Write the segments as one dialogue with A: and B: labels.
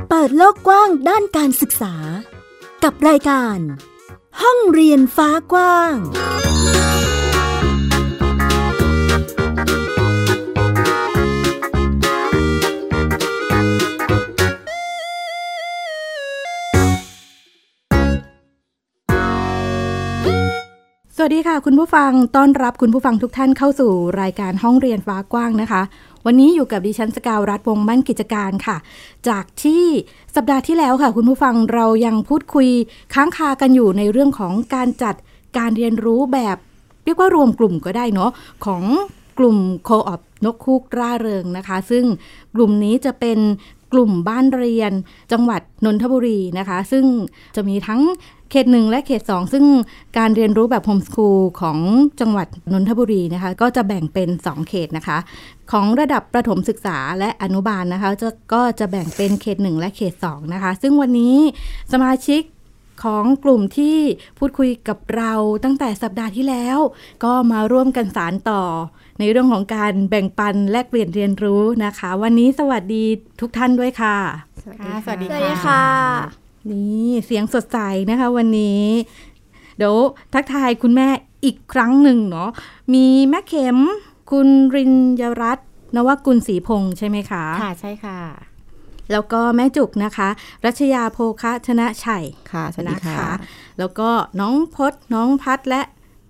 A: กว้างด้านการศึกษา กับรายการ ห้องเรียนฟ้ากว้าง
B: สวัสดีค่ะ คุณผู้ฟังต้อนรับคุณผู้ฟังทุกท่านเข้าสู่รายการห้องเรียนฟ้ากว้างนะคะ วันนี้อยู่กับดิฉันสกาวรัฐวงศ์มั่นกิจการค่ะ จากที่สัปดาห์ที่แล้วค่ะ คุณผู้ฟังเรายังพูดคุยค้างคากันอยู่ในเรื่องของการจัดการเรียนรู้แบบ เรียกว่ารวมกลุ่มก็ได้เนาะของกลุ่มโคออปนกคูกร่าเริงนะคะ ซึ่งกลุ่มนี้จะเป็นกลุ่มบ้านเรียน จังหวัดนนทบุรีนะคะ ซึ่งจะมีทั้งเขตหนึ่งและเขตสองซึ่งการเรียนรู้แบบโฮมสคูลของจังหวัดนนทบุรีนะคะ ก็จะแบ่งเป็น 2 เขตนะคะ ของระดับประถมศึกษาและอนุบาลนะคะจะก็จะแบ่งเป็นเขตหนึ่งและเขตสองนะคะ ซึ่งวันนี้สมาชิก ของกลุ่มที่พูดคุยกับเราตั้งแต่สัปดาห์ที่แล้ว ก็มาร่วมกันสารต่อ ในเรื่องของการแบ่งปันแลกเปลี่ยนเรียนรู้นะคะ วันนี้สวัสดีทุกท่านด้วยค่ะ
C: ค่ะสวัสดี
D: สวัสดีค่ะ
B: นี่เสียงสดใสนะคะวันนี้ เดี๋ยวทักทายคุณแม่อีกครั้งหนึ่งเนาะมีแม่เข็ม คุณรินยรัตน์นวกุลศรีพงษ์ใช่ไหมคะ
C: ค่ะ ใช่ค่ะ
B: แล้วก็แม่จุกนะคะ รัชยาโภคะชนะชัย
C: ค่ะ สวัสดี
B: นะ
C: ค่ะ
B: คะ แล้วก็น้องพศน้องพัดและ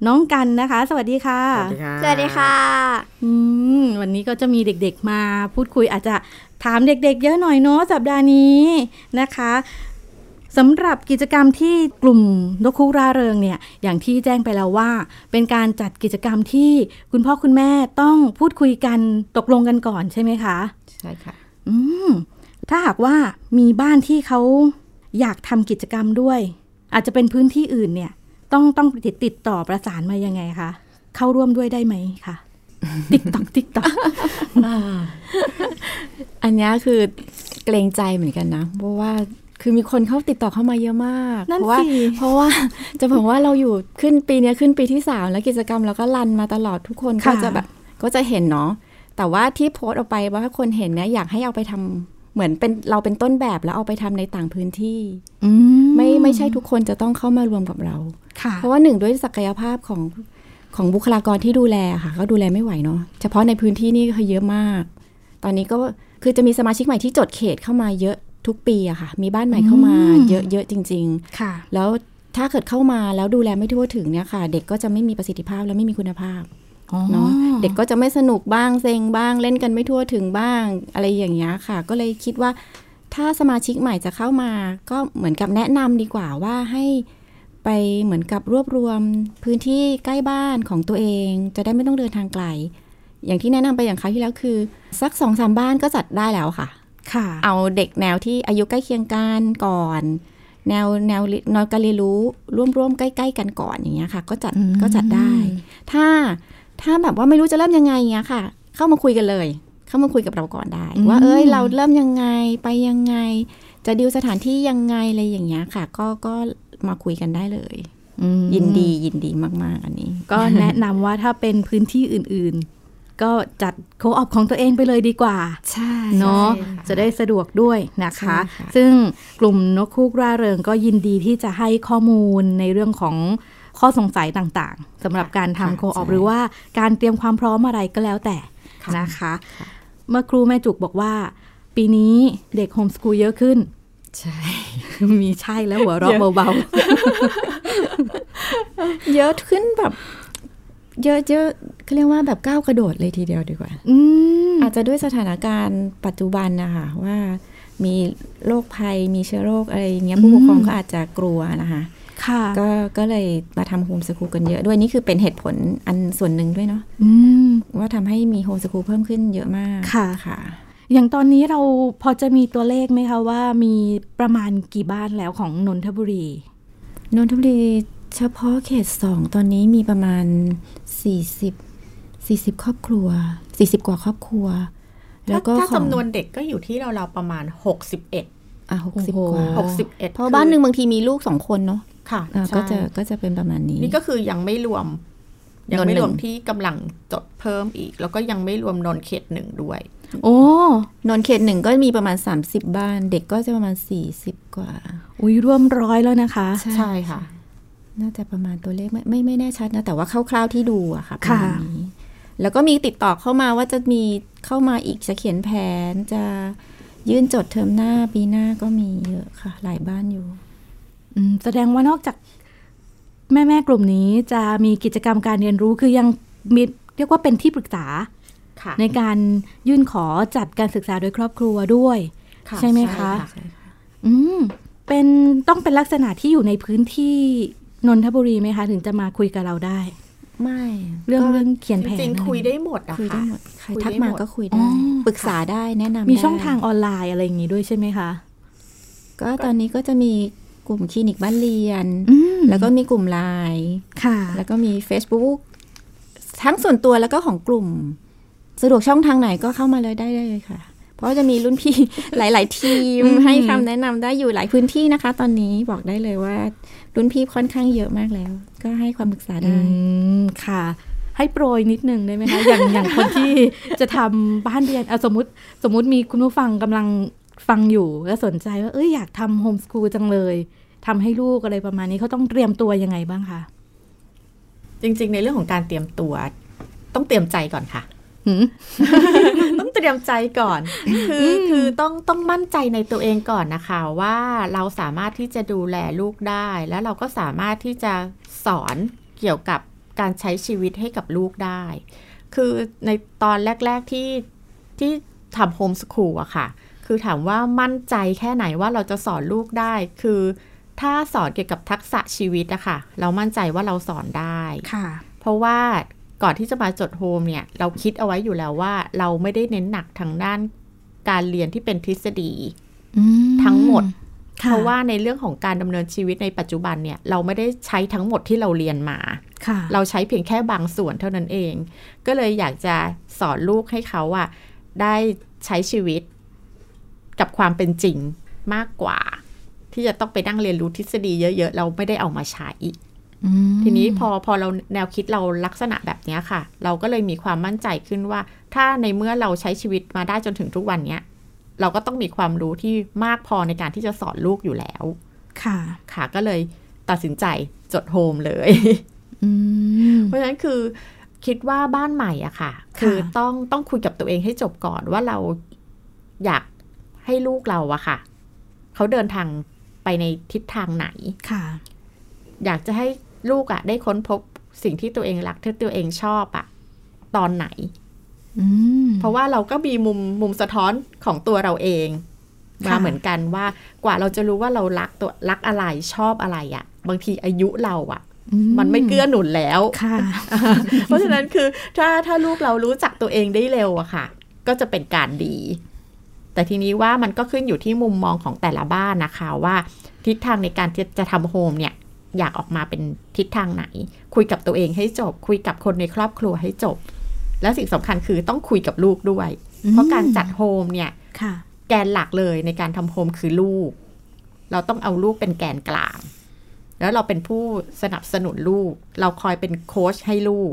B: น้องกันนะคะ สวัสดีค่ะ
E: สวัสดีค่ะ
D: สวัสดีค่ะ
B: อืมวันนี้ก็จะมีเด็กๆมาพูดคุยอาจจะถามเด็กๆ เยอะหน่อยเนาะสัปดาห์นี้นะคะสำหรับกิจกรรมที่กลุ่มนกคุกราเริงเนี่ย อย่างที่แจ้งไปแล้วว่า เป็นการจัดกิจกรรมที่คุณพ่อคุณแม่ต้องพูดคุยกันตกลงกันก่อนใช่ไหมคะ
C: ใช่ค่ะ
B: อืมถ้าหากว่ามีบ้านที่เขาอยากทำกิจกรรมด้วย อาจจะเป็นพื้นที่อื่นเนี่ย ต้องต้องติดติดต่อประสานมายังไงคะเข้าร่วมด้วยได้ไหมคะติ๊กตอกติ๊กตอก
C: อันเนี้ยคือเกรงใจเหมือนกันนะ เพราะว่าคือมีคนเขาติดต่อเข้ามาเยอะมาก
B: นั่น
C: เพราะว่า
B: สิ
C: เพราะว่าจะบอกว่าเราอยู่ขึ้นปีเนี้ยขึ้นปีที่ 3 แล้วกิจกรรมเราก็รันมาตลอดทุกคนก็จะแบบก็จะเห็นเนาะแต่ว่าที่โพสต์ออกไปว่าถ้าคนเห็นเนี่ยอยากให้เอาไปทำเหมือนเป็นเราเป็นต้นแบบแล้วเอาไปทำในต่างพื้นที่
B: อื
C: ไม่ไม่ใช่ทุกคนจะต้องเข้ามารวมกับเรา
B: ค่ะ
C: เพราะว่าหนึ่งด้วยศักยภาพของของบุคลากรที่ดูแลค่ะ ก็ดูแลไม่ไหวเนาะเฉพาะในพื้นที่นี่ก็คือเยอะมาก ตอนนี้ก็คือจะมีสมาชิกใหม่ที่จดเขตเข้ามาเยอะทุกปีอะค่ะ มีบ้านใหม่เข้ามาเยอะๆจริง
B: ค่ะ
C: ๆ แล้วถ้าเกิดเข้ามาแล้วดูแลไม่ทั่วถึงเนี่ยค่ะ เด็กก็จะไม่มีประสิทธิภาพและไม่มีคุณภาพเนาะเด็กก็จะไม่สนุกบ้างเซ็งบ้างเล่นกันไม่ทั่วถึงบ้าง อะไรอย่างเงี้ยค่ะ ก็เลยคิดว่า ถ้าสมาชิกใหม่จะเข้ามาก็เหมือนกับแนะนำดีกว่าว่าให้ไปเหมือนกับรวบรวมพื้นที่ใกล้บ้านของตัวเอง จะได้ไม่ต้องเดินทางไกล อย่างที่แนะนำไปอย่างคราวที่แล้วคือ สักสองสามบ้านก็จัดได้แล้วค่ะ
B: ค่ะ
C: เอาเด็กแนวที่อายุใกล้เคียงกันก่อน แนวแนวแนวการเรียนรู้ร่วมร่วมๆใกล้ๆกันก่อนอย่างเงี้ยค่ะ ก็จัด
B: อืม
C: ก็จัดได้ ถ้าถ้าแบบว่าไม่รู้จะเริ่มยังไงอย่างเงี้ยค่ะ เข้ามาคุยกันเลย เข้ามาคุยกับเราก่อนได้ ว่าเอ้ยเราเริ่มยังไงไปยังไง จะดิวสถานที่ยังไงอะไรอย่างเงี้ยค่ะ ก็ก็มาคุยกันได้เลย
B: อืม
C: ยินดียินดีมากๆอันนี้
B: ก็แนะนำว่าถ้าเป็นพื้นที่อื่นๆ ก็จัดโคออปของตัวเองไปเลยดีกว่า
C: ใช่
B: เนาะจะได้สะดวกด้วยนะคะ
C: ใช่ค่ะ
B: ซึ่งกลุ่มนกคูกร่าเริงก็ยินดีที่จะให้ข้อมูลในเรื่องของข้อสงสัยต่างๆสำหรับการทำโคออปหรือว่าการเตรียมความพร้อมอะไรก็แล้วแต่นะคะ เมื่อครูแม่จุกบอกว่า ปีนี้เด็กโฮมสกูลเยอะขึ้น
C: ใช่
B: มีใช่แล้วหัวเราะเบา
C: เยอะขึ้นแบบ เยอะเยอะเขาเรียกว่าแบบก้าวกระโดดเลยทีเดียวดีกว่า
B: ๆ อืม
C: อาจจะด้วยสถานการณ์ปัจจุบันนะคะว่ามีโรคภัยมีเชื้อโรคอะไรอย่างเงี้ยผู้ปกครองก็อาจจะกลัวนะคะ
B: ค่ะ
C: ก็ก็เลยมาทำโฮมส o ูลกันเยอะด้วยนี่คือเป็นเหตุผลอันส่วนหนึ่งด้วยเนาะ
B: อืม
C: ว่าทำให้มีโฮมส o ูลเพิ่มขึ้นเยอะมาก
B: ค่ะ
C: ค่ะ
B: อย่างตอนนี้เราพอจะมีตัวเลขไหมคะว่ามีประมาณกี่บ้านแล้วของนนทบุรี
C: นนทบุรีเฉพาะเขตสองตอนนี้มีประมาณ 40 40 ครอบครัว 40 กว่าครอบครัว แล้วก็
E: ถ้า
C: ของ
E: จำนวนเด็กก็อยู่ที่เราวๆประมาณ 61
C: อ่ะ60กว่า
B: โอ้โห
E: 61
C: เพราะบ้านหนึ่งบางทีมีลูกสองคนเนาะ
E: ค่ะ
C: อ่ะ
E: ใช่
C: ก็จะก็จะเป็นประมาณนี้
E: นี่ก็คือยังไม่รวม ยังไม่รวม
C: นนท์หนึ่ง
E: ที่กำลังจดเพิ่มอีก แล้วก็ยังไม่รวมนนท์เขตหนึ่งด้วย
B: โอ้
C: นนท์เขตหนึ่งก็มีประมาณ 30 บ้าน เด็กก็จะประมาณ 40 กว่า
B: อุ้ยร่วมร้อยแล้วนะคะ
C: ใช่ค่ะ น่าจะประมาณตัวเลขไม่ไม่ไม่แน่ชัดนะ แต่ว่าคร่าวๆที่ดูอะค่ะประมาณ
B: ค่ะ
C: นี้แล้วก็มีติดต่อเข้ามาว่าจะมีเข้ามาอีกจะเขียนแผนจะยื่นจดเทอมหน้าปีหน้าก็มีเยอะค่ะ หลายบ้านอยู่
B: อืมแสดงว่านอกจากแม่แม่ๆกลุ่มนี้จะมีกิจกรรมการเรียนรู้คือยังมีเรียกว่าเป็นที่ปรึกษา
E: ค่ะ
B: ในการยื่นขอจัดการศึกษาโดยครอบครัวด้วย ใช่ไหมคะ อืมเป็นต้องเป็นลักษณะที่อยู่ในพื้นที่นนทบุรีไหมคะ ถึงจะมาคุยกับเราได้
C: ไม่
B: เรื่อง
C: ก็
B: เรื่องเขียนแผน
E: จริง
B: อะ
E: ๆ
B: ไร
E: คุยได้หมดอะ
C: คุยได้ห
E: ค่ะ
C: มดใคร
E: คุยได้
C: ทักมา
E: หมด
C: ก็คุย
B: อ๋
C: ได้
B: อ
C: ปรึกษาได้แนะนำ
B: มีช่องทาง
C: ได้
B: ออนไลน์อะไรอย่างนี้ด้วยใช่ไหมคะ
C: ก็ตอนนี้ก็จะมีกลุ่มคลินิกบ้านเรียน
B: อืม
C: แล้วก็มีกลุ่มไลน์
B: ค่ะ
C: แล้วก็มี Facebook ทั้งส่วนตัวแล้วก็ของกลุ่ม สะดวกช่องทางไหนก็เข้ามาเลยได้เลยค่ะ เพราะจะมีรุ่นพี่ หลาย ๆ ที มให้คำแนะนำได้อยู่หลายพื้นที่นะคะ ตอนนี้บอกได้เลยว่า รุ่นพี่ค่อนข้างเยอะมากแล้ว ก็ให้ความปรึกษา
B: อื
C: ได้
B: มค่ะ ให้โปรยนิดนึงได้ไหมคะ อย่าง อย่างคนที่จะทำบ้านเรียนเอาสมมติสมมติมีคุณผู้ฟังกำลังฟังอยู่และสนใจว่าเอ้ยอยากทำโฮมสกูลจังเลยทำให้ลูกอะไรประมาณนี้เขาต้องเตรียมตัวยังไงบ้างคะ
E: จริง ๆ ในเรื่องของการเตรียมตัว ต้องเตรียมใจก่อนค่ะ
B: หืม
E: ต้องเตรียมใจก่อน คือคือต้องต้องมั่นใจในตัวเองก่อนนะคะว่าเราสามารถที่จะดูแลลูกได้ แล้วเราก็สามารถที่จะสอนเกี่ยวกับการใช้ชีวิตให้กับลูกได้ คือในตอนแรก ๆที่ที่ทำโฮมสคูลอะค่ะ คือถามว่ามั่นใจแค่ไหนว่าเราจะสอนลูกได้ คือถ้าสอนเกี่ยวกับทักษะชีวิตอะค่ะ เรามั่นใจว่าเราสอนได้
B: ค่ะ
E: เพราะว่าก่อนที่จะมาจดโฮมเนี่ย เราคิดเอาไว้อยู่แล้วว่า เราไม่ได้เน้นหนักทางด้านการเรียนที่เป็นทฤษฎี
B: อืม
E: ทั้งหมด
B: ค่
E: เพราะว่าในเรื่องของการดำเนินชีวิตในปัจจุบันเนี่ย เราไม่ได้ใช้ทั้งหมดที่เราเรียนมา
B: ค่ะ
E: เราใช้เพียงแค่บางส่วนเท่านั้นเอง ก็เลยอยากจะสอนลูกให้เขาอะได้ใช้ชีวิตกับความเป็นจริงมากกว่า ที่จะต้องไปนั่งเรียนรู้ทฤษฎีเยอะ ๆ เราไม่ได้เอามาใช้
B: อืม
E: ทีนี้พอพอเราแนวคิดเราลักษณะแบบเนี้ยค่ะ เราก็เลยมีความมั่นใจขึ้นว่า ถ้าในเมื่อเราใช้ชีวิตมาได้จนถึงทุกวันเนี้ย เราก็ต้องมีความรู้ที่มากพอในการที่จะสอนลูกอยู่แล้ว
B: ค่ะ
E: ค่ะ ก็เลยตัดสินใจจดโฮมเลย
B: อืม
E: เพราะฉะนั้นคือคิดว่าบ้านใหม่อะค่ะ คือต้องต้องคุยกับตัวเองให้จบก่อนว่าเราอยากให้ลูกเราอะค่ะเขาเดินทางไปในทิศทางไหน
B: ค่ะ
E: อยากจะให้ลูกอะได้ค้นพบสิ่งที่ตัวเองรักที่ตัวเองชอบอะตอนไหน
B: อืม
E: เพราะว่าเราก็มีมุมมุมสะท้อนของตัวเราเองมา
B: ค่ะ
E: เหมือนกันว่ากว่าเราจะรู้ว่าเรารักตัวรักอะไรชอบอะไรอะบางทีอายุเราอะ
B: อื
E: มันไม่เกื้อหนุนแล้ว
B: ค่ะ
E: เพราะฉะนั้นคือถ้าถ้าลูกเรารู้จักตัวเองได้เร็วอะค่ะ ก็จะเป็นการดี แต่ทีนี้ว่ามันก็ขึ้นอยู่ที่มุมมองของแต่ละบ้านนะคะว่าทิศทางในการที่จะทำโฮมเนี่ย อยากออกมาเป็นทิศทางไหน คุยกับตัวเองให้จบ คุยกับคนในครอบครัวให้จบ และสิ่งสำคัญคือต้องคุยกับลูกด้วย เพราะการจัดโฮมเนี่ย
B: ค่ะ
E: แกนหลักเลยในการทำโฮมคือลูก เราต้องเอาลูกเป็นแกนกลาง แล้วเราเป็นผู้สนับสนุนลูก เราคอยเป็นโค้ชให้ลูก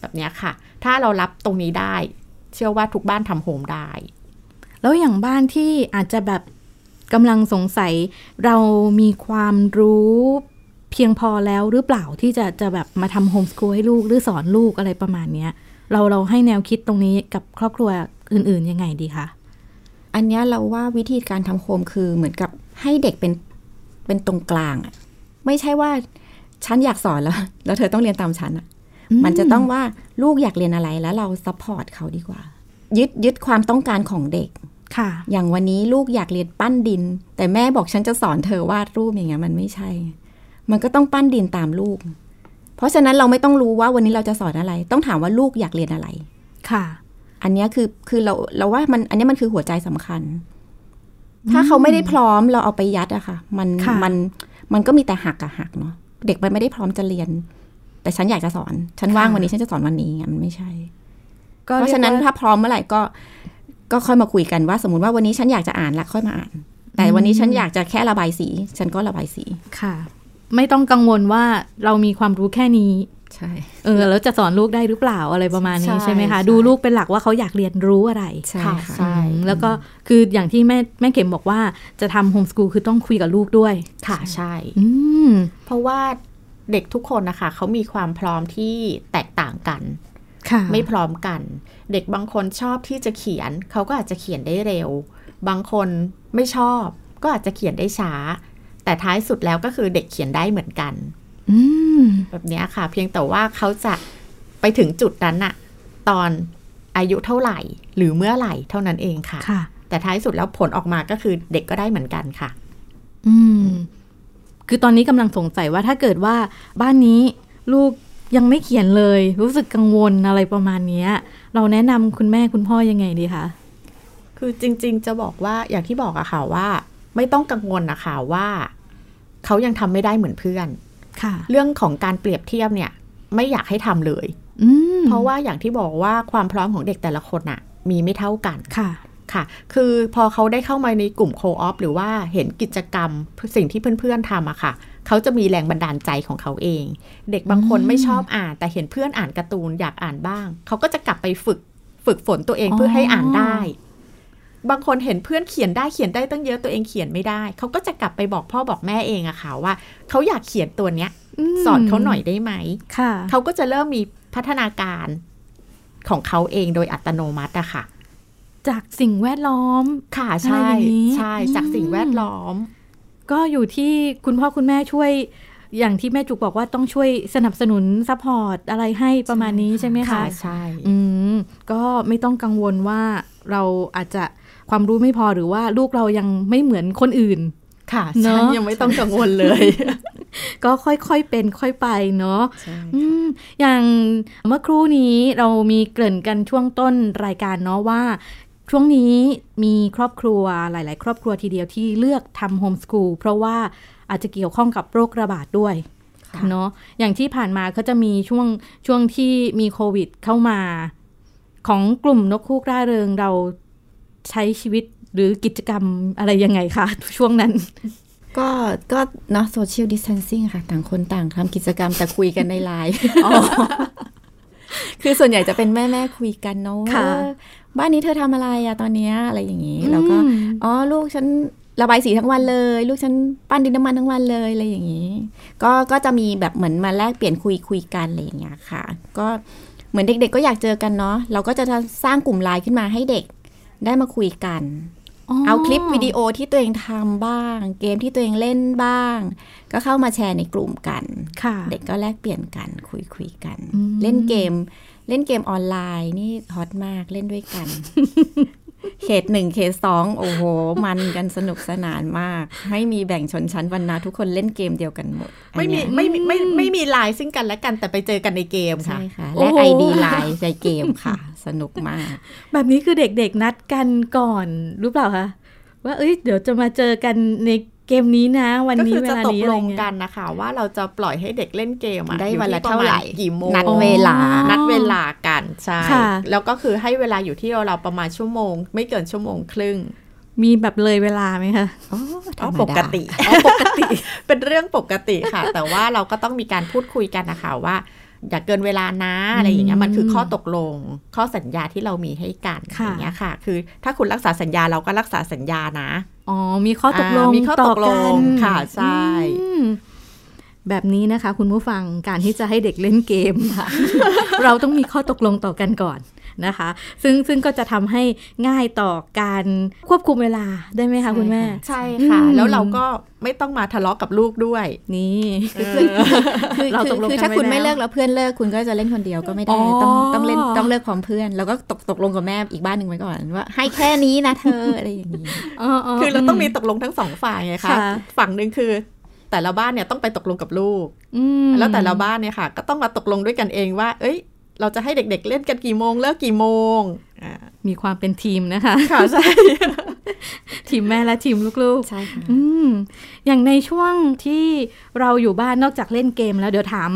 E: แบบเนี้ยค่ะ ถ้าเรารับตรงนี้ได้ เชื่อว่าทุกบ้านทำโฮมได้
B: แล้วอย่างบ้านที่อาจจะแบบกำลังสงสัย เรามีความรู้เพียงพอแล้วหรือเปล่าที่จะจะแบบมาทำโฮมสกูลให้ลูกหรือสอนลูกอะไรประมาณเนี้ย เราเราให้แนวคิดตรงนี้กับครอบครัวอื่น ๆ ยังไงดีคะ
C: อันเนี้ยเราว่าวิธีการทำโฮมคือเหมือนกับให้เด็กเป็นเป็นตรงกลางอะไม่ใช่ว่าฉันอยากสอนแล้ว แล้วเธอต้องเรียนตามฉันอะ
B: อืม
C: มันจะต้องว่าลูกอยากเรียนอะไรแล้วเราซัพพอร์ตเขาดีกว่า ยึดยึดความต้องการของเด็ก
B: ค่ะ
C: อย่างวันนี้ลูกอยากเรียนปั้นดิน แต่แม่บอกฉันจะสอนเธอวาดรูปอย่างเงี้ยมันไม่ใช่ มันก็ต้องปั้นดินตามลูก เพราะฉะนั้นเราไม่ต้องรู้ว่าวันนี้เราจะสอนอะไร ต้องถามว่าลูกอยากเรียนอะไร
B: ค่ะ
C: อันเนี้ยคือคือเราเราว่ามันอันเนี้ยมันคือหัวใจสำคัญ ถ้าเขาไม่ได้พร้อมเราเอาไปยัดอะค่ะ มัน
B: ค่ะ
C: มันมันก็มีแต่หักอะหักเนาะเด็กมันไม่ได้พร้อมจะเรียน แต่ฉันอยากจะสอน ฉันว่างวันนี้ฉันจะสอนวันนี้อย่างเงี้ยมันไม่ใช่ เพราะฉะนั้
B: ย
C: น
B: กว่
C: ถ้าพร้อมเมื่อไหร่ก็ก็ค่อยมาคุยกันว่า สมมติว่าวันนี้ฉันอยากจะอ่านละค่อยมาอ่าน แต่วันนี้ฉันอยากจะแค่ระบายสี ฉันก็ระบายสี
B: ค่ะ ไม่ต้องกังวลว่าเรามีความรู้แค่นี้
C: ใช่
B: เออแล้วจะสอนลูกได้หรือเปล่าอะไรประมาณนี้
E: ใช่
B: ใช่ไหมคะ
E: ใช่
B: ดูลูกเป็นหลักว่าเขาอยากเรียนรู้อะไร
C: ใช่
E: ค่ะ
C: ค่ะ
E: ใช่
B: อืมแล้วก็คืออย่างที่แม่แม่เข็มบอกว่าจะทำโฮมสกูลคือต้องคุยกับลูกด้วย
E: ค่ะใช่
B: อืม
E: เพราะว่าเด็กทุกคนนะคะเขามีความพร้อมที่แตกต่างกัน
B: ค่ะ
E: ไม่พร้อมกัน เด็กบางคนชอบที่จะเขียน เขาก็อาจจะเขียนได้เร็ว บางคนไม่ชอบ ก็อาจจะเขียนได้ช้า แต่ท้ายสุดแล้วก็คือเด็กเขียนได้เหมือนกัน
B: อืม
E: แบบเนี้ยค่ะ เพียงแต่ว่าเขาจะไปถึงจุดนั้นอะตอนอายุเท่าไหร่ หรือเมื่อไหร่เท่านั้นเองค่ะ
B: ค่ะ
E: แต่ท้ายสุดแล้วผลออกมาก็คือเด็กก็ได้เหมือนกันค่ะ
B: อืม คือตอนนี้กำลังสงสัยว่าถ้าเกิดว่าบ้านนี้ลูกยังไม่เขียนเลย รู้สึกกังวลอะไรประมาณเนี้ย เราแนะนำคุณแม่คุณพ่อยังไงดีคะ
E: คือจริง ๆ จะบอกว่าอย่างที่บอกอะค่ะว่า ไม่ต้องกังวลนะคะว่าเขายังทำไม่ได้เหมือนเพื่อน
B: ค่ะ
E: เรื่องของการเปรียบเทียบเนี่ย ไม่อยากให้ทำเลย
B: อืม
E: เพราะว่าอย่างที่บอกว่าความพร้อมของเด็กแต่ละคนน่ะ มีไม่เท่ากัน
B: ค่ะ
E: ค่ะ คือพอเขาได้เข้ามาในกลุ่มโคออฟหรือว่าเห็นกิจกรรมสิ่งที่เพื่อนๆทำอะค่ะ เขาจะมีแรงบันดาลใจของเขาเอง เด็กบางคน
B: อืม
E: ไม่ชอบอ่าน แต่เห็นเพื่อนอ่านการ์ตูนอยากอ่านบ้าง เขาก็จะกลับไปฝึกฝึกฝนตัวเอง
B: อ๋อ
E: เพื่อให้อ่านได้ บางคนเห็นเพื่อนเขียนได้เขียนได้ตั้งเยอะตัวเองเขียนไม่ได้ เขาก็จะกลับไปบอกพ่อบอกแม่เองอะค่ะว่าเขาอยากเขียนตัวเนี้ย สอนเขาหน่อยได้ไหม
B: ค่ะ
E: เขาก็จะเริ่มมีพัฒนาการของเขาเองโดยอัตโนมัติอะค่ะ
B: จากสิ่งแวดล้อม
E: ค่ะ
B: อะไร
E: ใช่
B: อย่างนี้
E: ใช่
B: อืม
E: จากสิ่งแวดล้อม
B: ก็อยู่ที่คุณพ่อคุณแม่ช่วย อย่างที่แม่จุกบอกว่าต้องช่วยสนับสนุนซัพพอร์ตอะไรให้ประมาณนี้ใช่ไหมคะ
E: ค่ะใช่
B: อืม ก็ไม่ต้องกังวลว่าเราอาจจะความรู้ไม่พอหรือว่าลูกเรายังไม่เหมือนคนอื่น
E: ค่ะ
B: เน
E: ใช่
B: อะ
E: ยังไม่ต้องกังวลเลย
B: ก็ค่อยๆเป็นค่อยไปเนาะอืมอย่างเมื่อครู่นี้เรามีเกริ่นกันช่วงต้นรายการเนาะว่า ช่วงนี้มีครอบครัวหลาย ๆ ครอบครัวทีเดียวที่เลือกทำโฮมสกูลเพราะว่าอาจจะเกี่ยวข้องกับโรคระบาดด้วย
E: ค่ะ
B: เนาะอย่างที่ผ่านมาก็จะมีช่วงช่วงที่มีโควิดเข้ามา ของกลุ่มนกคู่กร่าเริงเราใช้ชีวิตหรือกิจกรรมอะไรยังไงคะช่วงนั้น
C: ก็ก็เนาะโซเชียลดิสเทนซิ่งค่ะ ต่างคนต่างทำกิจกรรมแต่คุยกันในไลน์ คือส่วนใหญ่จะเป็นแม่แม่ๆคุยกันเนาะ
B: ค่ะ
C: ว่าบ้านนี้เธอทำอะไรอะตอนเนี้ยอะไรอย่างนี้ แล้วก็
B: อืม
C: อ๋อลูกฉันระบายสีทั้งวันเลย ลูกฉันปั้นดินน้ำมันทั้งวันเลยอะไรอย่างนี้ ก็ก็จะมีแบบเหมือนมาแลกเปลี่ยนคุยคุยกันอะไรอย่างเงี้ยค่ะ ก็เหมือนเด็กๆ ก็อยากเจอกันเนาะเราก็จะสร้างกลุ่มไลน์ขึ้นมาให้เด็กได้มาคุยกัน เอาคลิปวิดีโอที่ตัวเองทำบ้าง เกมที่ตัวเองเล่นบ้าง ก็เข้ามาแชร์ในกลุ่มกัน
B: ค่ะ
C: เด็กก็แลกเปลี่ยนกันคุยคุยกัน
B: อืม
C: เล่นเกม เล่นเกมออนไลน์นี่ฮอตมากเล่นด้วย กัน เขตหนึ่งเขตสองโอ้โห มันกันสนุกสนานมาก ไม่มีแบ่งชนชั้นวรรณะทุกคนเล่นเกมเดียวกันหมดอัน
E: ไม่มี
C: เนี้ย
E: ไม่มีไม่ไม่ไม่มีไลน์ซึ่งกันและกันแต่ไปเจอกันในเกมค่ะ
C: ใช่ค่ะ
B: โอ้
C: และ
B: โห
C: ไอดีไลน์ในเกมค่ะ สนุกมาก
B: แบบนี้คือเด็กๆนัดกันก่อนรู้เปล่าคะว่าเอ้ยเดี๋ยวจะมาเจอกันในเกมนี้นะ วัน
E: ก็
B: นี้
E: คือ
B: เว
E: จะ
B: ลา
E: ตก
B: นี้
E: ล
B: อะไร
E: ง
B: เงี้ย
E: กันนะคะ ว่าเราจะปล่อยให้เด็กเล่นเกมอะ
C: ได้
E: อยู่
C: วันละ
E: ที่ป
C: เท่า
E: ณ
C: ไหร่
E: กี่โมง
C: นัดเวลา
B: อ๋อ
E: นัดเวลากันใช่
B: ค่ะ
E: แล้วก็คือให้เวลาอยู่ที่เราๆประมาณชั่วโมง ไม่เกินชั่วโมงครึ่ง
B: มีแบบเลยเวลาไหมคะ
C: โอ้ธร
E: อ๋อ
C: รมดา
E: ปกติปกติ เป็นเรื่องปกติค่ะ แต่ว่าเราก็ต้องมีการพูดคุยกันนะคะว่า อย่าเกินเวลานะอะไรอย่างเงี้ยมันคือข้อตกลง ข้อสัญญาที่เรามีให้กันอย่างเงี้ยค่ะ คือถ้าคุณรักษาสัญญาเราก็รักษาสัญญานะ
B: อ๋อมีข้อตกลง
E: อ่ามีข้อตกลง
B: ต่น
E: ค่ะใช่
B: อืมแบบนี้นะคะ คุณผู้ฟังการที่จะให้เด็กเล่นเกมค่ะ เราต้องมีข้อตกลงต่อกันก่อนนะคะ ซึ่งซึ่งก็จะทำให้ง่ายต่อการควบคุมเวลาได้ไหมคะคุณแม่
E: ใช่ค่ะ
B: อืม
E: แล้วเราก็ไม่ต้องมาทะเลาะกับลูกด้วย
B: นี่
C: คือ
B: เราตกลง
C: คื
B: กั
C: อ
B: น
C: ถ้า
B: ไว้
C: คุณไม่
B: แล้ว
C: เลิกแล้วเพื่อนเลิกคุณก็จะเล่นคนเดียวก็ไม่
B: อ๋
C: ได้
B: อ
C: ต้องต้องเล่นต้องเลิกพร้อมเพื่อน แล้วก็ตกตกลงกับแม่อีกบ้านหนึ่งไว้ก่อนว่า ให้แค่นี้นะเธออะไรอย่างนี้
B: ๆ
E: คือเราต้องมีตกลงทั้งสองฝ่ายไงคะ
B: ค่ะ
E: ฝั่งหนึ่งคือ แต่ละบ้านเนี่ยต้องไปตกลงกับลูก
B: อืม
E: แล้วแต่ละบ้านเนี่ยค่ะ ก็ต้องมาตกลงด้วยกันเองว่า เอ้ย เราจะให้เด็ก ๆ เล่นกันกี่โมงเลิกกี่โมงอ่า
B: มีความเป็นทีมนะคะ
E: ค่ะใช่
B: ทีมแม่และทีมลูก
C: ใช่ค่ะ
B: ๆ อืม อย่างในช่วงที่เราอยู่บ้านนอกจากเล่นเกมแล้วเดี๋ยวถาม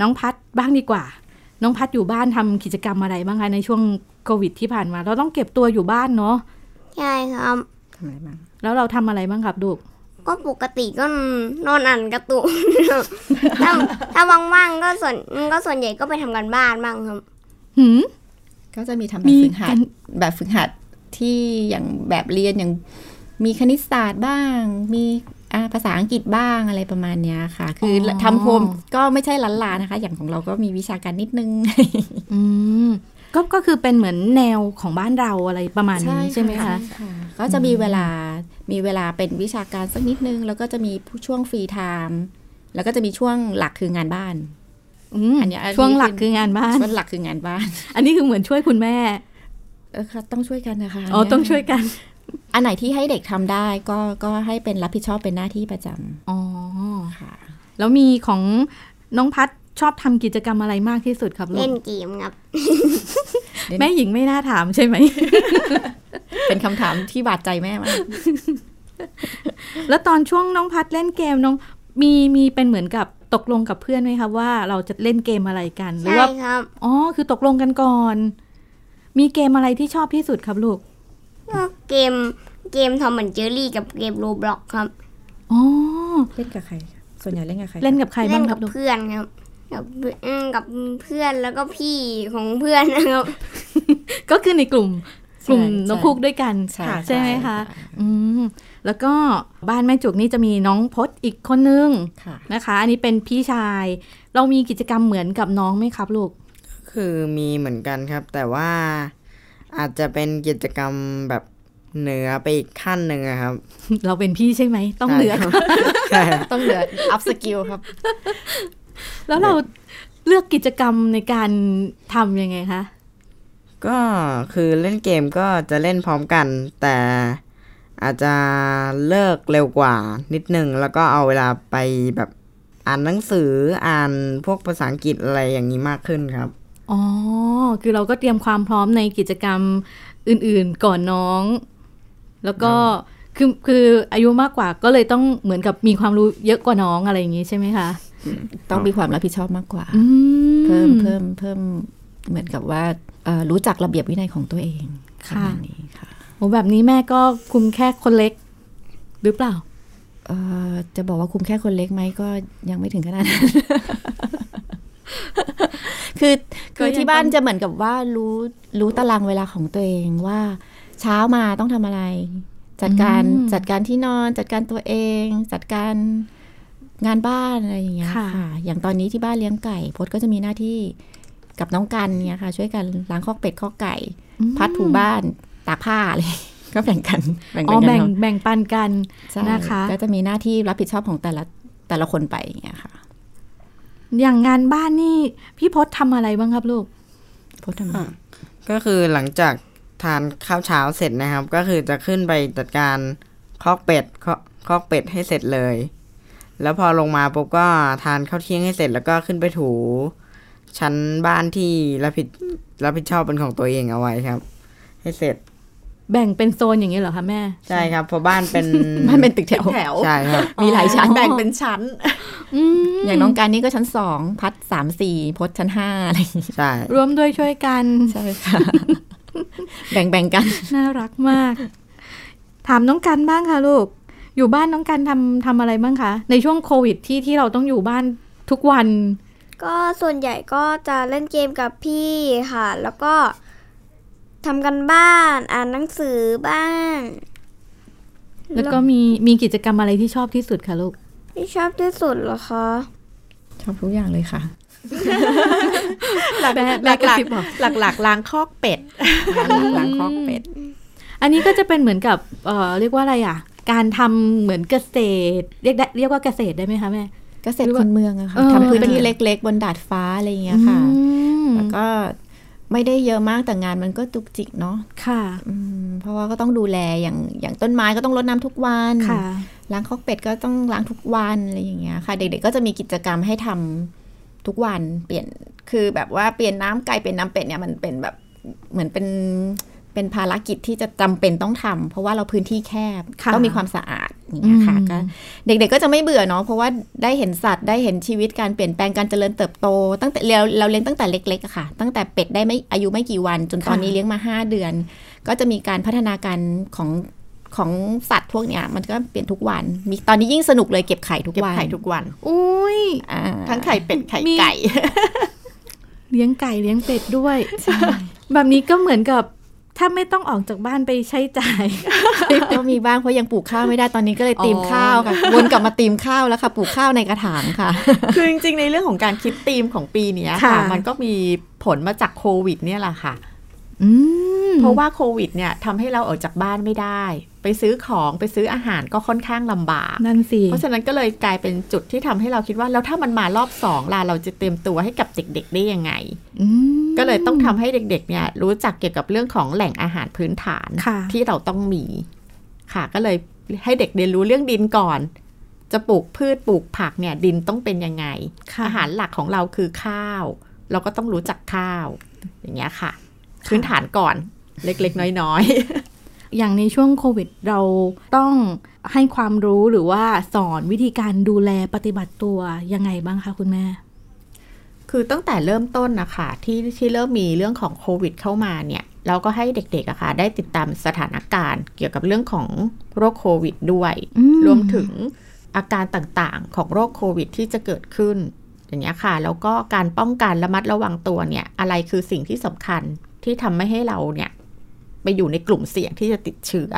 B: น้องพัดบ้างดีกว่า น้องพัดอยู่บ้านทำกิจกรรมอะไรบ้างคะในช่วงโควิดที่ผ่านมา เราต้องเก็บตัวอยู่บ้านเนาะ
D: ใช่ครับ
C: ทำอะไรบ้าง
B: แล้วเราทำอะไรบ้างครับลูก
D: ก็ปกติก็นอนอ่านการ์ตูน ถ้าถ้าว่างๆก็ส่วนก็ส่วนใหญ่ก็ไปทำกันบ้านบ้างครับ
B: หืม
C: ก็จะมีทำ
B: มี
C: แบบฝึกหั
B: กั
C: ด
B: น
C: แบบฝึกหัดที่อย่างแบบเรียนอย่างมีคณิตศาสตร์บ้าง มีอ่าภาษาอังกฤษบ้างอะไรประมาณเนี้ยค่ะ คืออ
B: อ
C: ทำโฮมก็ไม่ใช่ล้านลานะคะ อย่างของเราก็มีวิชาการนิดนึง
B: อืมก็ก็คือเป็นเหมือนแนวของบ้านเรา อะไรประมาณนี้ใช่ไหมคะ
C: ก็จะมีเวลา มีเวลาเป็นวิชาการสักนิดนึง แล้วก็จะมีช่วงฟรีไทม์แล้วก็จะมีช่วงหลักคืองานบ้าน
B: อืม
C: อันเนี้ยอันนี้
B: ช่วงหลักคืองานบ้าน
C: ช่วงหลักคืองานบ้าน
B: อันนี้คือเหมือนช่วยคุณแม่
C: เออค่ะต้องช่วยกันนะคะ
B: อ๋อ
C: นเนี้
B: ต้องช่วยกัน
C: อันไหนที่ให้เด็กทำได้ก็ก็ให้เป็นรับผิดชอบเป็นหน้าที่ประจำ
B: อ๋อ
C: ค่ะ
B: แล้วมีของน้องพัดชอบทำกิจกรรมอะไรมากที่สุดครับลู
D: เล่
B: ก
D: นเกมครับ
C: เล่น
B: แม่หญิงไม่น่าถามใช่ไห ม
C: เป็นคำถามที่บาดใจแม่มาก
B: แล้วตอนช่วงน้องพัดเล่นเกมน้องมีมีเป็นเหมือนกับตกลงกับเพื่อนไหมคะว่าเราจะเล่นเกมอะไรกันหรือ
D: ใช่
B: ว่า
D: ครับ
B: อ๋อคือตกลงกันก่อน มีเกมอะไรที่ชอบที่สุดครับลูก
D: ก็เกมเกมทอมเหมือนเจอรี่กับเกมโรบล็อกครับ
B: อ๋อ
C: เล่นกับใคร ส่วนใหญ่เล่นกับใคร
B: เล่นกับใคร
D: เล่
B: บ้าน งค
D: กั
B: รั
D: บบ
B: ลูก
D: เพื่อนครับ กับเพื่อนอืมกับเพื่อนแล้วก็พี่ของเพื่อนนะครับ
B: ก็คือในกลุ่มกลุ่มนกคูกด้วยกัน
C: ใช่
B: ใช่ไหมคะอืมแล้วก็บ้านแม่จุกนี่จะมีน้องพศอีกคนนึง
C: ค่ะ
B: นะคะ อันนี้เป็นพี่ชาย เรามีกิจกรรมเหมือนกับน้องไหมครับลูก
F: คือมีเหมือนกันครับ แต่ว่าอาจจะเป็นกิจกรรมแบบเหนือไปอีกขั้นหนึ่งอะครับ
B: เราเป็นพี่ใช่ไหมต้องเหลือ
F: ใช่ครับ
C: ต้องเหลืออัพสกิลครับ
B: แล้วเราเลือกกิจกรรมในการทำยังไงคะ
F: ก็คือเล่นเกมก็จะเล่นพร้อมกัน แต่อาจจะเลิกเร็วกว่านิดนึง แล้วก็เอาเวลาไปแบบอ่านหนังสืออ่านพวกภาษาอังกฤษอะไรอย่างนี้มากขึ้นครับ
B: อ๋อ คือเราก็เตรียมความพร้อมในกิจกรรมอื่นๆก่อนน้อง แล้วก็คือคืออายุมากกว่าก็เลยต้องเหมือนกับมีความรู้เยอะกว่าน้องอะไรอย่างนี้ใช่ไหมคะ
C: ต้องมีความรับผิดชอบมากกว่า
B: อื
C: เพิ่มเพิ่มเพิ่มเหมือนกับว่าเอ่อรู้จักระเบียบวินัยของตัวเองประ
B: ค่ะ
C: มาณนี้ค่ะ
B: โอ้แบบนี้แม่ก็คุมแค่คนเล็ก หรือเปล่า
C: เอ่อจะบอกว่าคุมแค่คนเล็กไหมก็ยังไม่ถึงขนาดนั้น คือ
B: ก็
C: คือ
B: ยัง
C: ที่บ้าน
B: ต้อง
C: จะเหมือนกับว่ารู้รู้ตารางเวลาของตัวเองว่า เช้ามาต้องทำอะไร จัดการจัดการที่นอนจัดการตัวเอง จัดการงานบ้านอะไรอย่างเงี้ย
B: ค่ะ
C: ค่ะ อย่างตอนนี้ที่บ้านเลี้ยงไก่พดก็จะมีหน้าที่กับน้องกันเนี่ยค่ะ ช่วยกันล้างคอกเป็ดคอกไก่ พัดถูบ้านตากผ้าเลย ก็แบ่งกันแบ่ง
B: อ๋
C: เป็
B: อน
C: กั
B: แบ่ง
C: นทำ
B: แบ่งปันกัน
C: ใช่
B: นะคะ
C: ก็จะมีหน้าที่รับผิดชอบของแต่ละแต่ละคนไปอย่างเงี้ยค่ะ
B: อย่างงานบ้านนี่ พี่พศทำอะไรบ้างครับลูก
C: พดทำไม
F: อ่ะ ก็คือหลังจากทานข้าวเช้าเสร็จนะครับ ก็คือจะขึ้นไปจัดการคอกเป็ดคอกคอกเป็ดให้เสร็จเลย แล้วพอลงมาปุ๊บก็ทานข้าวเที่ยงให้เสร็จแล้วก็ขึ้นไปถู ชั้นบ้านที่รับผิดรับผิดชอบเป็นของตัวเองเอาไว้ครับ ให้เสร็จ
B: แบ่งเป็นโซนอย่างนี้เหรอคะแม่
F: ใช่ครับเพราะบ้านเป็น
C: บ้านเป็นตึกแถว
E: แถว
F: ใช่ครับ
C: มีหลายชั้น
B: อ๋อ
C: แบ่งเป็นชั้น
B: อืม
C: อย่างน้องการนี่ก็ชั้นสองพัดสามสี่พดชั้นห้าอะไรอย่างงี้
F: ใช่
B: ร่วมด้วยช่วยกัน
C: ใช่ค่ะ แบ่งแบ่งกัน
B: น่ารักมาก ถามน้องกันบ้างค่ะลูก อยู่บ้านน้องกันทำทำอะไรบ้างคะ ในช่วงโควิดที่ที่เราต้องอยู่บ้านทุกวัน
D: ก็ส่วนใหญ่ก็จะเล่นเกมกับพี่ค่ะ แล้วก็ทำกันบ้านอ่านหนังสือบ้าง
B: แล้วก็มีมีกิจกรรมอะไรที่ชอบที่สุดคะลูก
D: ที่ชอบที่สุดเหรอคะ
C: ชอบทุกอย่างเลยค่ะ
E: หลัก
B: แม่กระซิบบอก
E: หลักหลักๆล้างคอกเป็ด
C: หลังคอกเป็ด
B: อันนี้ก็จะเป็นเหมือนกับเอ่อเรียกว่าอะไรอ่ะ การทำเหมือนเกษตร เรียกได้เรียกว่าเกษตรได้ไหมคะแม่
C: เกษตรคนเมืองอะค่ะ
B: เออ
C: ทำพื้นที่เล็ก ๆ บนดาดฟ้าอะไรอย่างเงี้ยค่ะ
B: อืม
C: แล้วก็ไม่ได้เยอะมากแต่งานมันก็จุกจิกเนาะ
B: ค่ะ
C: อืมเพราะว่าก็ต้องดูแลอย่างอย่างต้นไม้ก็ต้องรดน้ำทุกวัน
B: ค่ะ
C: ล้างคอกเป็ดก็ต้องล้างทุกวันอะไรอย่างเงี้ยค่ะ เด็กๆก็จะมีกิจกรรมให้ทำทุกวันเปลี่ยนคือแบบว่าเปลี่ยนน้ำไก่เปลี่ยนน้ำเป็ดเนี่ยมันเป็นแบบเหมือนเป็นเป็นภารกิจที่จะจำเป็นต้องทำเพราะว่าเราพื้นที่แคบ
B: ค่ะ
C: ต้องมีความสะอาดอย่างเงี้ยค่ะ
B: อืม
C: ก็เด็กๆก็จะไม่เบื่อเนาะเพราะว่าได้เห็นสัตว์ได้เห็นชีวิตการเปลี่ยนแปลงการเจริญเติบโต ตั้งแต่เราเราเลี้ยงตั้งแต่เล็กๆอะค่ะ ตั้งแต่เป็ดได้ไม่อายุไม่กี่วัน จนตอนนี้เลี้ยงมาห้าเดือน ก็จะมีการพัฒนาการของ ของสัตว์พวกเนี้ยมันก็เปลี่ยนทุกวัน มีตอนนี้ยิ่งสนุกเลยเก็บไข่ทุก
E: เก็บ
C: วัน
E: ไข่ทุกวัน
B: อุ้ย
C: อ่า
E: ทั้งไข่เป็ดไข่
B: มี
E: ไก่
B: เลี้ยงไก่เลี้ยงเป็ดด้วย แบบนี้ก็เหมือนกับถ้าไม่ต้องออกจากบ้านไปใช้จ่าย
C: ก็มีบ้างเพราะยังปลูกข้าวไม่ได้ตอนนี้ก็เลยตีม
B: อ๋อ
C: ข้าวค่ะ วนกลับมาตีมข้าวแล้วค่ะ ปลูกข้าวในกระถางค่ะ
E: คือจ ริงๆ ในเรื่องของการคิดธีมของปีเนี้ย
B: ค่ะ
E: ค่ะ มันก็มีผลมาจากโควิดเนี่ยแหละค่ะ
B: อืม
E: เพราะว่าโควิดเนี่ยทำให้เราออกจากบ้านไม่ได้ ไปซื้อของไปซื้ออาหารก็ค่อนข้างลำบาก
B: นั่นสิ
E: เพราะฉะนั้นก็เลยกลายเป็นจุดที่ทำให้เราคิดว่า แล้วถ้ามันมารอบสองล่ะเราจะเตรียมตัวให้กับเด็กๆได้ยังไง
B: อืม
E: ก็เลยต้องทำให้เด็กๆเนี่ยรู้จักเกี่ยวกับเรื่องของแหล่งอาหารพื้นฐาน
B: ค่ะ
E: ที่เราต้องมี ค่ะ ก็เลยให้เด็กเรียนรู้เรื่องดินก่อน จะปลูกพืชปลูกผักเนี่ยดินต้องเป็นยังไง
B: ค่ะ
E: อาหารหลักของเราคือข้าว เราก็ต้องรู้จักข้าว อย่างเงี้ยค่ะ พื้นฐานก่อนเล็กๆ น้อย
B: อย่างในช่วงโควิดเราต้องให้ความรู้หรือว่าสอนวิธีการดูแลปฏิบัติตัวยังไงบ้างคะคุณแม่
E: ๆ คือตั้งแต่เริ่มต้นนะคะที่ที่เริ่มมีเรื่องของโควิดเข้ามาเนี่ย เราก็ให้เด็กๆอะค่ะ ได้ติดตามสถานการณ์ เกี่ยวกับเรื่องของโรคโควิดด้วย
B: อืม
E: รวมถึงอาการต่างๆของโรคโควิดที่จะเกิดขึ้น อย่างเงี้ยค่ะ แล้วก็การป้องกันระมัดระวังตัวเนี่ย อะไรคือสิ่งที่สำคัญที่ทำไม่ให้เราเนี่ย ไปอยู่ในกลุ่มเสี่ยงที่จะติดเชื้อ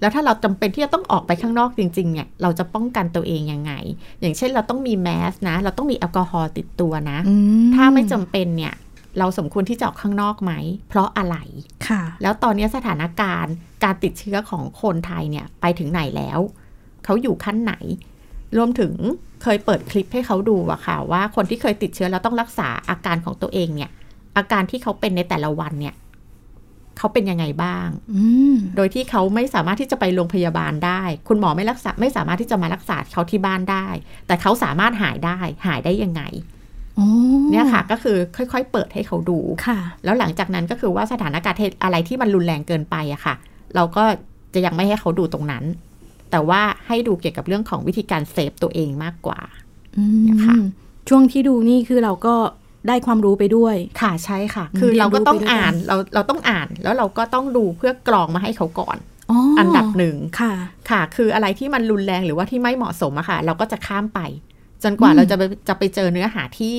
E: แล้วถ้าเราจำเป็นที่จะต้องออกไปข้างนอกจริง ๆ เนี่ย เราจะป้องกันตัวเองยังไง อย่างเช่นเราต้องมีแมสนะ เราต้องมีแอลกอฮอล์ติดตัวนะ
B: อื
E: ถ้าไม่จำเป็นเนี่ย เราสมควรที่จะออกข้างนอกไหม เพราะอะไร
B: ค่ะ
E: แล้วตอนนี้สถานการณ์การติดเชื้อของคนไทยเนี่ยไปถึงไหนแล้ว เขาอยู่ขั้นไหน รวมถึงเคยเปิดคลิปให้เขาดูอะค่ะ ว่าคนที่เคยติดเชื้อแล้วต้องรักษาอาการของตัวเองเนี่ย อาการที่เขาเป็นในแต่ละวันเนี่ย เขาเป็นยังไงบ้าง
B: อืม
E: โดยที่เขาไม่สามารถที่จะไปโรงพยาบาลได้ คุณหมอไม่รักษาไม่สามารถที่จะมารักษาเขาที่บ้านได้ แต่เขาสามารถหายได้ หายได้ยังไง
B: โอ้
E: เนี่ยค่ะ ก็คือค่อย ๆ เปิดให้เขาดู
B: ค่ะ
E: แล้วหลังจากนั้นก็คือว่าสถานการณ์เหตุอะไรที่มันรุนแรงเกินไปอะค่ะ เราก็จะยังไม่ให้เขาดูตรงนั้น แต่ว่าให้ดูเกี่ยวกับเรื่องของวิธีการเซฟตัวเองมากกว่า
B: อื
E: เนี่ยค่ะ
B: ม ช่วงที่ดูนี่คือเราก็ได้ความรู้ไปด้วย
E: ค่ะใช่ค่ะ
B: อืม
E: คือเราก็ต้อง
B: เรียนรู้ไปด้วย
E: อ่านเราเราต้องอ่านแล้วเราก็ต้องดูเพื่อกรองมาให้เขาก่อน
B: อ๋ออั
E: อันดับหนึ่ง
B: ค่ะ
E: ค่ะ คืออะไรที่มันรุนแรงหรือว่าที่ไม่เหมาะสมอะค่ะ เราก็จะข้ามไป จนกว่าเราจะไปจะไปเจอเนื้อหาที่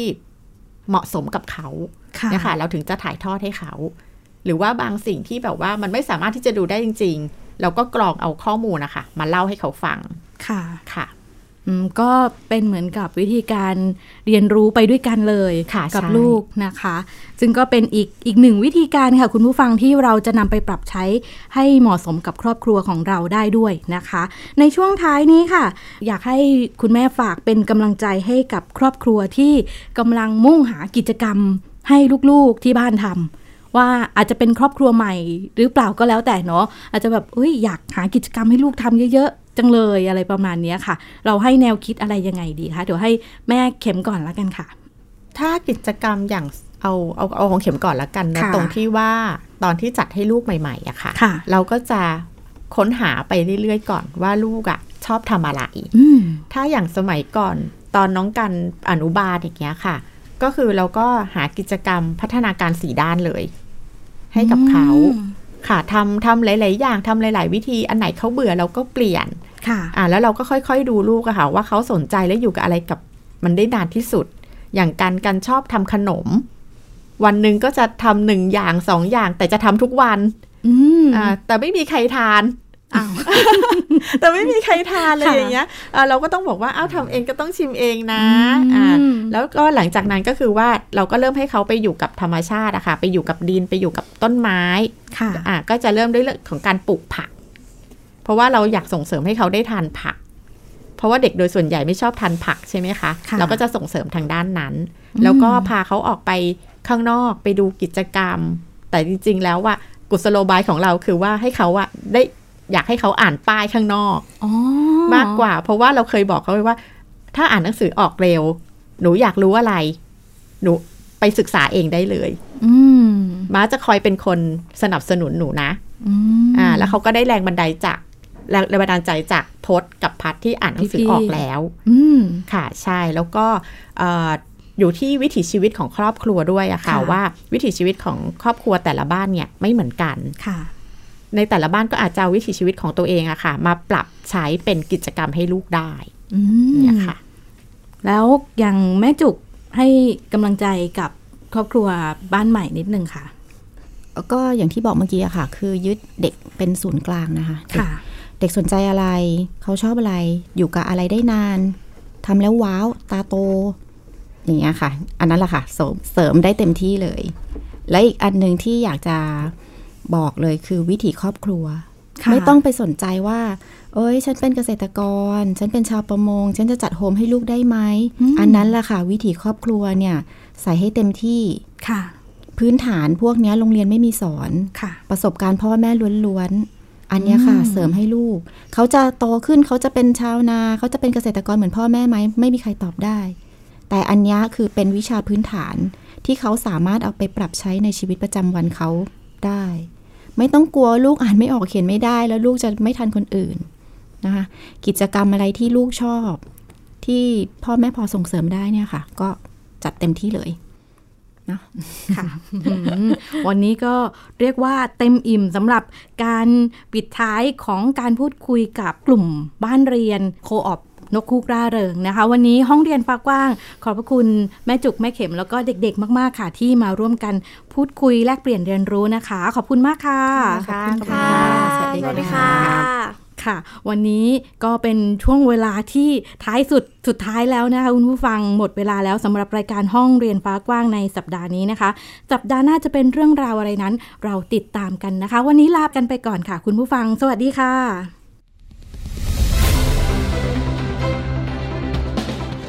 E: เหมาะสมกับเขา
B: ค่ะ
E: เนี่ยค่ะเราถึงจะถ่ายทอดให้เขา หรือว่าบางสิ่งที่แบบว่ามันไม่สามารถที่จะดูได้จริง ๆ เราก็กรองเอาข้อมูลนะคะมาเล่าให้เขาฟัง
B: ค่ะ
E: ค่ะ
B: อืม ก็เป็นเหมือนกับวิธีการเรียนรู้ไปด้วยกันเลย
E: ค่ะ
B: กับ
E: ใช่
B: ลูกนะคะ ซึ่งก็เป็นอีกอีกหนึ่งวิธีการค่ะ คุณผู้ฟังที่เราจะนำไปปรับใช้ให้เหมาะสมกับครอบครัวของเราได้ด้วยนะคะ ในช่วงท้ายนี้ค่ะ อยากให้คุณแม่ฝากเป็นกำลังใจให้กับครอบครัวที่กำลังมุ่งหากิจกรรมให้ลูกๆที่บ้านทำ ว่าอาจจะเป็นครอบครัวใหม่หรือเปล่าก็แล้วแต่เนาะอาจจะแบบเอ้ยอยากหากิจกรรมให้ลูกทำเยอะๆ จังเลยอะไรประมาณเนี้ยค่ะ เราให้แนวคิดอะไรยังไงดีคะเดี๋ยวให้แม่เข็มก่อนละกันค่ะ
E: ถ้ากิจกรรมอย่างเอาเอาเอาของเข็มก่อนละกันนะ
B: ค่ะ
E: ตรงที่ว่าตอนที่จัดให้ลูกใหม่ๆอะค่ะ
B: ค่ะ
E: เราก็จะค้นหาไปเรื่อยๆก่อนว่าลูกอะชอบทำอะไร
B: อืม
E: ถ้าอย่างสมัยก่อนตอนน้องกันอนุบาลอย่างเงี้ยค่ะ ก็คือเราก็หากิจกรรมพัฒนาการสีด้านเลย ให้กับเขา
B: อืม
E: ค่ะทำทำหลาย ๆ อย่างทำหลาย ๆ วิธีอันไหนเขาเบื่อเราก็เปลี่ยน
B: ค่ะ
E: อ่าแล้วเราก็ค่อย ๆ ดูลูกอะค่ะว่าเขาสนใจและอยู่กับอะไรกับมันได้นานที่สุด อย่างกันกันชอบทำขนม วันหนึ่งก็จะทำหนึ่งอย่างสองอย่าง แต่จะทำทุกวัน
B: อืม
E: อ่าแต่ไม่มีใครทาน
B: อ้าว
E: แต่ไม่มีใครทานเลย
B: ค่ะ
E: อย่างเงี้ยเอ่อเราก็ต้องบอกว่า เอ้าวทำเองก็ต้องชิมเองนะ
B: อืม
E: อ่าแล้วก็หลังจากนั้นก็คือว่าเราก็เริ่มให้เขาไปอยู่กับธรรมชาติอะค่ะ ไปอยู่กับดิน ไปอยู่กับต้นไม้
B: ค่ะ
E: อ่ะก็จะเริ่มด้วยเรื่องของการปลูกผัก เพราะว่าเราอยากส่งเสริมให้เขาได้ทานผัก เพราะว่าเด็กโดยส่วนใหญ่ไม่ชอบทานผักใช่ไหมคะ
B: ค่ะ
E: เราก็จะส่งเสริมทางด้านนั้น
B: อืม
E: แล้วก็พาเขาออกไปข้างนอกไปดูกิจกรรม แต่จริง ๆ แล้วว่ากุศโลบายของเราคือว่าให้เขาอะได้อยากให้เขาอ่านป้ายข้างนอก
B: อ๋อ
E: มากกว่า เพราะว่าเราเคยบอกเขาไว้ว่า ถ้าอ่านหนังสือออกเร็ว หนูอยากรู้อะไร หนูไปศึกษาเองได้เลย
B: อืม
E: ม้าจะคอยเป็นคนสนับสนุนหนูนะ
B: อืม
E: อ่า แล้วเขาก็ได้แรงบันดาลใจจากแรงบันดาลใจจากพจน์กับพัดที่อ่านหนังสือ
B: พี่ๆ
E: ออกแล้ว
B: อืม
E: ค่ะใช่แล้วก็เอ่ออยู่ที่วิถีชีวิตของครอบครัวด้วยอะค่ะ
B: ค่ะ
E: ว่าวิถีชีวิตของครอบครัวแต่ละบ้านเนี่ยไม่เหมือนกัน
B: ค่ะ
G: ในแต่ละบ้านก็อาจจะเอาวิถีชีวิตของตัวเองอะค่ะ มาปรับใช้เป็นกิจกรรมให้ลูกได้
B: อืม
G: เนี่ยค่ะ
B: แล้วอย่างแม่จุกให้กำลังใจกับครอบครัวบ้านใหม่นิดนึงค่ะ
E: ก็อย่างที่บอกเมื่อกี้อะค่ะ คือยึดเด็กเป็นศูนย์กลางนะคะเด็ก
B: ค่ะ
E: เด็กสนใจอะไร เขาชอบอะไร อยู่กับอะไรได้นาน ทำแล้วว้าว ตาโต อย่างเงี้ยค่ะ อันนั้นแหละค่ะเสริมเสริมได้เต็มที่เลย และอีกอันหนึ่งที่อยากจะบอกเลยคือวิถีครอบครัว
B: ค่ะ
E: ไม่ต้องไปสนใจว่า เอ้ย ฉันเป็นเกษตรกร ฉันเป็นชาวประมง ฉันจะจัดโฮมให้ลูกได้ไหม อันนั้นแหละค่ะ วิถีครอบครัวเนี่ย ใส่ให้เต็มที่
B: ค่ะ
E: พื้นฐานพวกเนี้ยโรงเรียนไม่มีสอน
B: ค่ะ
E: ประสบการณ์พ่อแม่ล้วนๆ อันเนี้ยค่ะ
B: อืม
E: เสริมให้ลูก เขาจะโตขึ้นเขาจะเป็นชาวนา เขาจะเป็นเกษตรกรเหมือนพ่อแม่ไหม ไม่มีใครตอบได้ แต่อันเนี้ยคือเป็นวิชาพื้นฐานที่เขาสามารถเอาไปปรับใช้ในชีวิตประจำวันเขาได้ ไม่ต้องกลัวลูกอ่านไม่ออกเขียนไม่ได้ แล้วลูกจะไม่ทันคนอื่นนะคะกิจกรรมอะไรที่ลูกชอบ ที่พ่อแม่พอส่งเสริมได้เนี่ยค่ะ ก็จัดเต็มที่เลย
B: ค่ะอืมวันนี้ก็เรียกว่าเต็มอิ่มสำหรับการปิดท้ายของการพูดคุยกับกลุ่มบ้านเรียนโคออปนกคูกร่าเริงนะคะ วันนี้ห้องเรียนฟ้ากว้าง ขอบพระคุณแม่จุกแม่เข็มแล้วก็เด็กๆ มากๆค่ะที่มาร่วมกันพูดคุยแลกเปลี่ยนเรียนรู้นะคะ ขอบคุณมากค่ะ
E: ค่ะขอบณ
D: ค่ะ
E: สวัสดี
D: สวัสดี
E: ค่ะ
D: ค่ะ
B: ค่ะ วันนี้ก็เป็นช่วงเวลาที่ท้ายสุดสุดท้ายแล้วนะคะคุณผู้ฟังหมดเวลาแล้วสำหรับรายการห้องเรียนฟ้ากว้างในสัปดาห์นี้นะคะ สัปดาห์หน้าจะเป็นเรื่องราวอะไรนั้น เราติดตามกันนะคะ วันนี้ลากันไปก่อนค่ะ คุณผู้ฟัง สวัสดีค่ะ